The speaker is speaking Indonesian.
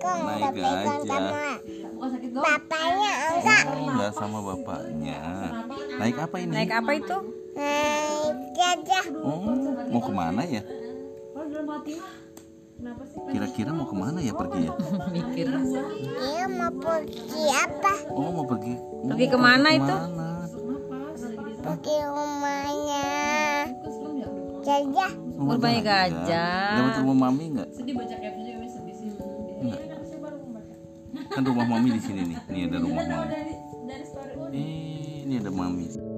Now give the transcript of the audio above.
olahraga aja Bapaknya enggak enggak sama bapaknya naik apa ini Naik apa itu? naik gajah oh mau kemana ya kira-kira mau kemana ya pergi ya Mikir. Dia mau pergi apa? oh mau pergi mau Pergi kemana itu? Pergi rumahnya Gajah Rumah Rumahnya gajah. lewat rumah mami nggak sedih baca captionnya Miss, sedih sih Enggak. Kan rumah mami di sini nih. Ini ada rumah mami. dari dari story Eh, ini ada mami.